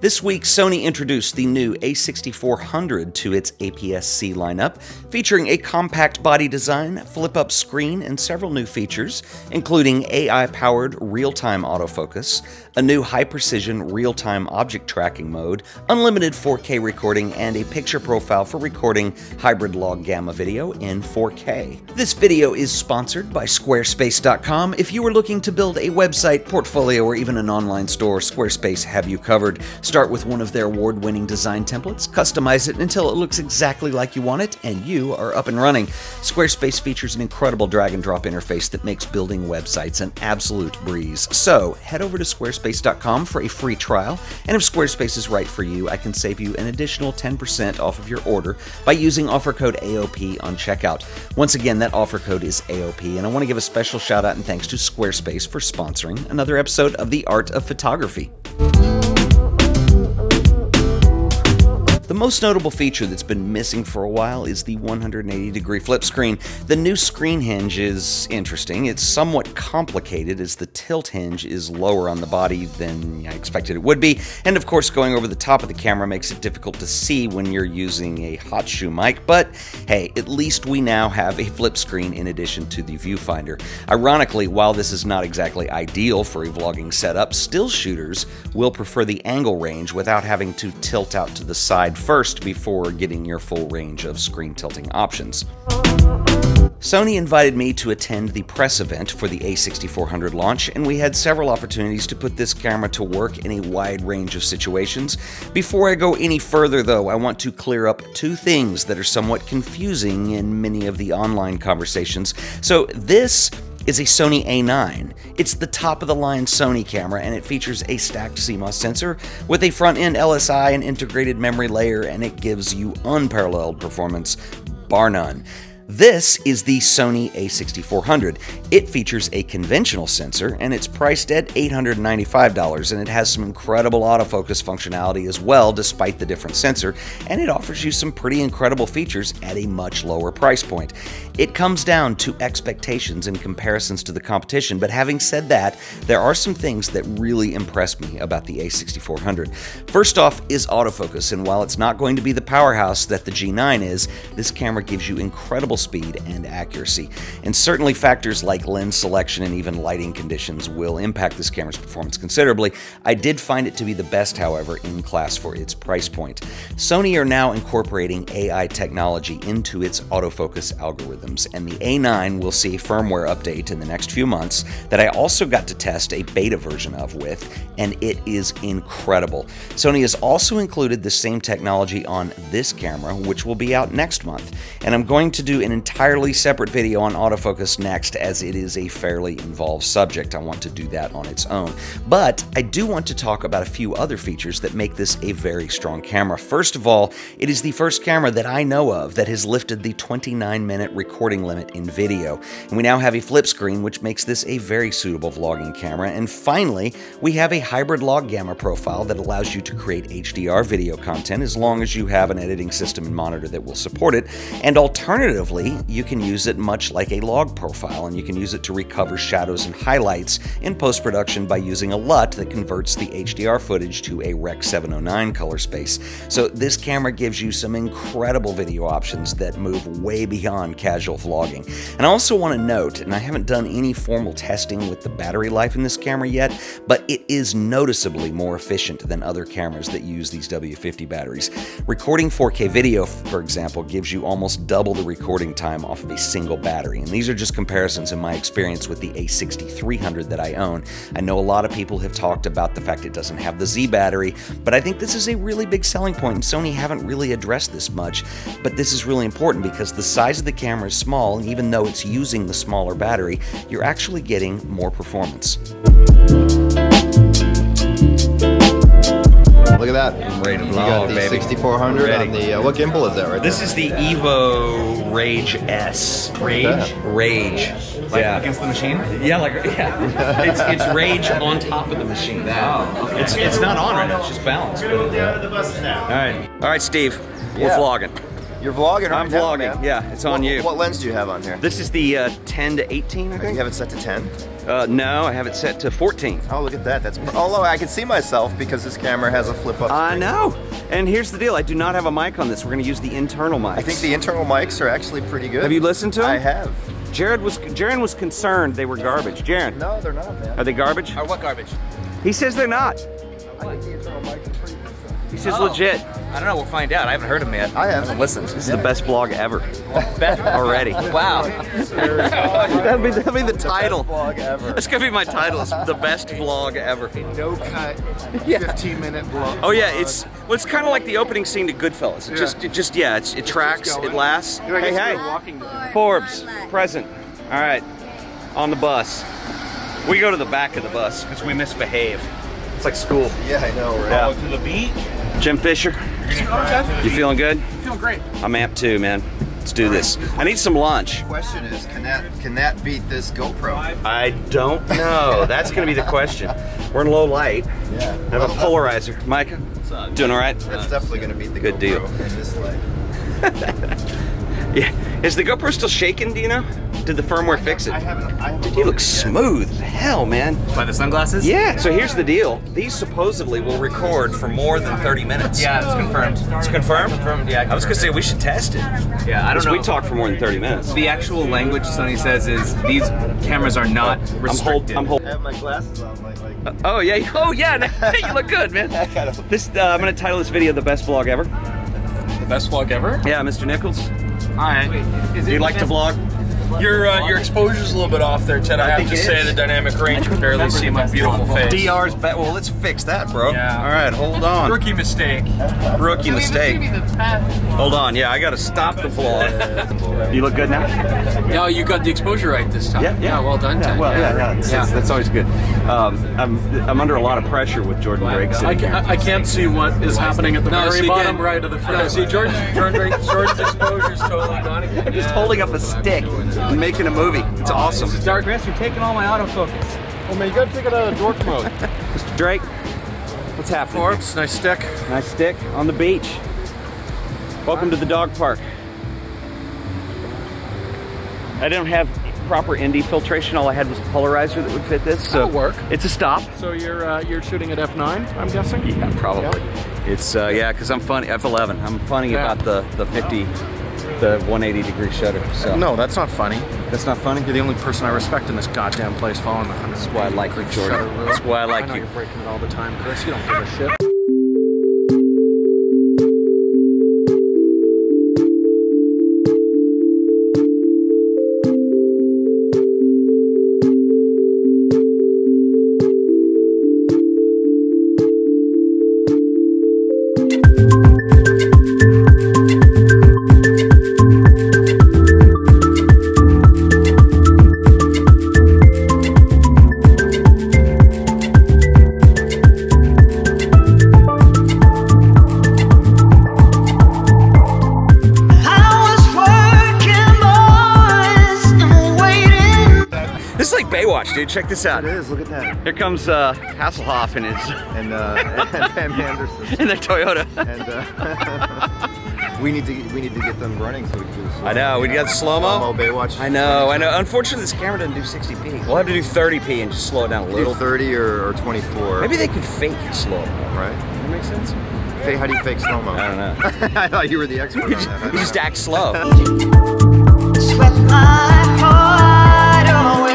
This week, Sony introduced the new A6400 to its APS C lineup, featuring a compact body design, flip up screen, and several new features, including AI powered real time autofocus, a new high precision real time object tracking mode, unlimited 4K recording, and a picture profile for recording hybrid log gamma video in 4K. This video is sponsored by Squarespace.com. If you are looking to build a website, portfolio, or even an online store, Squarespace have you covered. Start with one of their award winning design templates, customize it until it looks exactly like you want it, and you are up and running. Squarespace features an incredible drag and drop interface that makes building websites an absolute breeze. So head over to squarespace.com for a free trial, and if Squarespace is right for you, I can save you an additional 10% off of your order by using offer code AOP on checkout. Once again, that offer code is AOP, and I want to give a special shout out and thanks to Squarespace for sponsoring another episode of The Art of Photography. The most notable feature that's been missing for a while is the 180 degree flip screen. The new screen hinge is interesting. It's somewhat complicated as the tilt hinge is lower on the body than I expected it would be, and of course, going over the top of the camera makes it difficult to see when you're using a hot shoe mic. But hey, at least we now have a flip screen in addition to the viewfinder. Ironically, while this is not exactly ideal for a vlogging setup, still shooters will prefer the angle range without having to tilt out to the side first before getting your full range of screen tilting options. Sony invited me to attend the press event for the A6400 launch, and we had several opportunities to put this camera to work in a wide range of situations. Before I go any further, though, I want to clear up two things that are somewhat confusing in many of the online conversations. So, this is a Sony A9. It's the top of the line Sony camera and it features a stacked CMOS sensor with a front end LSI and integrated memory layer, and it gives you unparalleled performance, bar none. This is the Sony A6400. It features a conventional sensor and it's priced at $895 and it has some incredible autofocus functionality as well despite the different sensor and it offers you some pretty incredible features at a much lower price point. It comes down to expectations and comparisons to the competition, but having said that, there are some things that really impress me about the A6400. First off is autofocus and while it's not going to be the powerhouse that the G9 is, this camera gives you incredible speed and accuracy. And certainly, factors like lens selection and even lighting conditions will impact this camera's performance considerably. I did find it to be the best, however, in class for its price point. Sony are now incorporating AI technology into its autofocus algorithms, and the A9 will see a firmware update in the next few months that I also got to test a beta version of with, and it is incredible. Sony has also included the same technology on this camera, which will be out next month, and I'm going to do an entirely separate video on autofocus next, as it is a fairly involved subject. I want to do that on its own. But I do want to talk about a few other features that make this a very strong camera. First of all, it is the first camera that I know of that has lifted the 29 minute recording limit in video. And we now have a flip screen, which makes this a very suitable vlogging camera. And finally, we have a hybrid log gamma profile that allows you to create HDR video content as long as you have an editing system and monitor that will support it. And alternative you can use it much like a log profile, and you can use it to recover shadows and highlights in post production by using a LUT that converts the HDR footage to a Rec 709 color space. So, this camera gives you some incredible video options that move way beyond casual vlogging. And I also want to note, and I haven't done any formal testing with the battery life in this camera yet, but it is noticeably more efficient than other cameras that use these W50 batteries. Recording 4K video, for example, gives you almost double the recording time off of a single battery. And these are just comparisons in my experience with the A6300 that I own. I know a lot of people have talked about the fact it doesn't have the Z battery, but I think this is a really big selling point, and Sony haven't really addressed this much. But this is really important because the size of the camera is small, and even though it's using the smaller battery, you're actually getting more performance. Look at that. I'm ready to You got vlog, the baby. 6400 Ready. on the, uh, what gimbal is that right This is the Evo Rage S. Rage? Rage. yeah. against the machine. Yeah, like yeah. it's, it's rage on top of the machine. Oh, It's it's not on right now. It's just balanced. They're the buses now. All right, all right, Steve. We're vlogging. there? You're vlogging right I'm now, vlogging. man. Yeah, it's on What- you. What lens do you have on here? This is the uh, 10 to 18, I Do you think. have it set to 10? Uh, no, I have it set to 14. Oh, look at that. That's although I can see myself because this camera has a flip up. I screen. know. And here's the deal: I do not have a mic on this. We're going to use the internal mic. I think the internal mics are actually pretty good. Have you listened to 'em? I have. Jared was Jaron was concerned they were garbage. Jaron, No, they're not, man. are they garbage? Or what garbage? He says they're not. I think the internal mics are pretty good. He says Oh. legit. I don't know. We'll find out. I haven't heard him yet. I haven't. listened. This is the best blog ever already. Wow. that'd, be, that'd be the title. Vlog ever. That's gonna be my title. It's the best vlog ever. no cut, 15 minute block. Oh yeah, it's well, it's kind of like the opening scene to Goodfellas. It just, it just yeah, it's, it tracks, it going. lasts. Dude, I Hey, guess hey, we're walking to Forbes, present. All right, on the bus. We go to the back of the bus because we misbehave. It's like school. Yeah, I know, right? Yeah. To the beach. Jim Fisher, you feeling good? Feeling great. I'm amped too, man. Let's do this. I need some lunch. Question is, can that can that beat this GoPro? I don't know. That's gonna be the question. We're in low light. Yeah. I have a polarizer. Micah, doing all right? That's definitely going to beat the Good GoPro deal. in this light. Yeah. Is the GoPro still shaking? Do you know? Did the firmware fix it? I haven't. I haven't You look loaded it yet. smooth as hell, man. By the sunglasses? Yeah. So here's the deal. These supposedly will record for more than 30 minutes. Yeah, it's confirmed. It's confirmed. Confirmed. Yeah. I was gonna say we should test it. Yeah, I don't 'Cause know. We talk for more than 30 minutes. The actual language Sony says is these cameras are not I'm hold. restricted. I'm hold. I have my glasses on. Like, like Uh, Oh yeah. Oh yeah. you look good, man. I gotta- This uh, I'm gonna title this video the best vlog ever. The best vlog ever. Yeah, Mr. Nichols. All right. Do you like to vlog? Your uh, your exposure's a little bit off there, Ted. I, have to say the dynamic range can barely see my beautiful face. DR's bet. Well, let's fix that, bro. Yeah. All right, hold on. Rookie mistake. Rookie mistake. Hold on. Yeah, I gotta stop the vlog. you look good now. No, you got the exposure right this time. Yeah, yeah. well done, Ted. Well, yeah, yeah. It's, That's always good. Um, I'm I'm under a lot of pressure with Jordan Briggs. I, ca- I can't see what is happening at the No, very see, bottom again, right of the frame. No, see, George's, George's, George's exposure's totally gone again. I'm just holding up a stick and making a movie. It's awesome. Dark Chris, you're taking all my autofocus. Oh man, you gotta take it out of dork mode. Drake, what's happening? Forbes, nice stick. Nice stick on the beach. Welcome to the dog park. I didn't have proper indie filtration. All I had was a polarizer that would fit this. So That'll work. It's a stop. so you're uh, you're shooting at f9, I'm guessing. Yeah, probably. It's uh, yeah, because I'm funny. F11. I'm funny Yeah. about the the 50, the 180 degree shutter. So No, that's not funny. that's not funny. You're the only person I respect in this goddamn place following the hundred. That's why I like you, Jordan. That's why I like know you. You're breaking it all the time, Chris. You don't give a shit. This is like Baywatch, dude. Check this out. It is. Look at that. Here comes uh, Hasselhoff in his And uh, and Pam Anderson. in the Toyota. And uh, we need to we need to get them running so we can do this. I know. We got slow Slow-mo mo. Baywatch. I know. I know. Unfortunately, this camera doesn't do 60p. We'll have to do 30p and just slow it down a Little little. 30 or, or 24. Maybe they could fake slow. mo. right. That makes sense. Hey, how do you fake slow mo? I don't know. I thought you were the expert on You that. just, I you don't just know. act slow. Swept my pride away.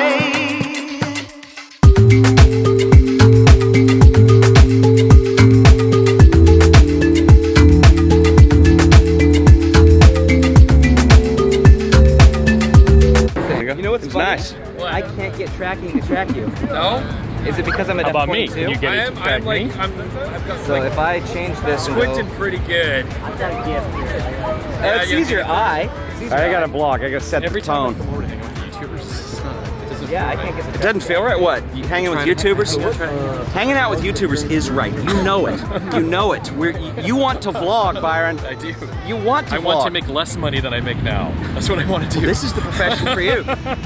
You know what's it's nice. I can't get tracking to track you. No, Is it because I'm at about me? I am. I'm like I'm, I've got So like if I change this, and squinted go, pretty good. oh, it sees your eye. It sees your I eye. got to block. I got to set Every the time tone. I'm boarding with YouTubers, it's not. It doesn't Yeah, I feel right. can't get It the doesn't feel right. What? You hanging with Uh, YouTubers? Hanging out with YouTubers is right. You know it. You know it. We're, you, you want to vlog, Byron. I do. You want to I vlog. want to make less money than I make now. That's what I want to do. This is the profession for you.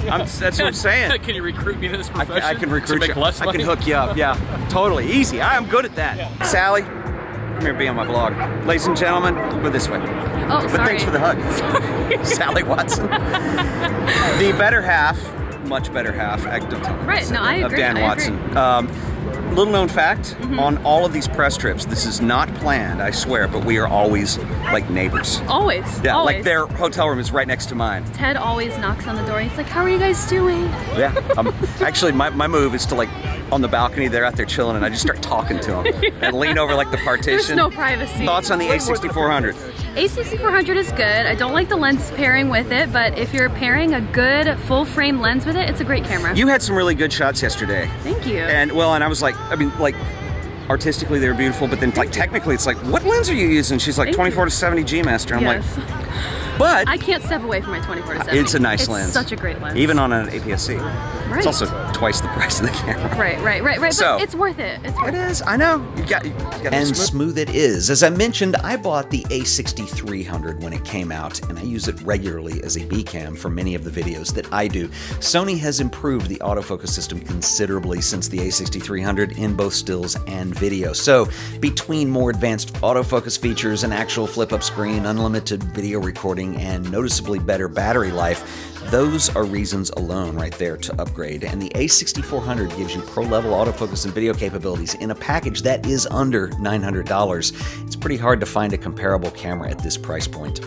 I'm, that's what I'm saying. can you recruit me to this I, profession? can- I can recruit to make you. Less I can money? hook you up. Yeah, totally easy. I am good at that. Sally, come here, and be on my vlog, ladies and gentlemen. Go this way. Oh, But sorry. thanks for the hug, Sally Watson. the better half, much better half, act of, Right, no, I of agree, Mm-hmm. Dan I Watson. Um, little known fact on all of these press trips, this is not planned, I swear, but we are always like neighbors. Always. Yeah, always. like their hotel room is right next to mine. Ted always knocks on the door. He's like, "How are you guys doing?" Yeah. Um, actually, my, my move is to like on the balcony, they're out there chilling, and I just start talking to them and lean over like the There's partition. no privacy. Thoughts on the A6400? A6400 is good. I don't like the lens pairing with it, but if you're pairing a good full frame lens with it, it's a great camera. You had some really good shots yesterday. Thank you. And well, and I was like, I mean, like artistically they were beautiful, but then like technically it's like, what lens are you using? She's like Thank you. 24 to 70 G Master. I'm yes. like, but I can't step away from my 24 to 70. it's a nice lens. Such a great lens. Even on an APS-C. It's Right. also twice the price of the camera. Right, right, right, right. So- but it's worth it. It's It worth it. is. I know. You got. You got And smooth it is. As I mentioned, I bought the A6300 when it came out, and I use it regularly as a B cam for many of the videos that I do. Sony has improved the autofocus system considerably since the A6300 in both stills and video. So, between more advanced autofocus features, an actual flip up screen, unlimited video recording, and noticeably better battery life, those are reasons alone right there to upgrade. And the A6400 gives you pro level autofocus and video capabilities in a package that is under $900. It's pretty hard to find a comparable camera at this price point.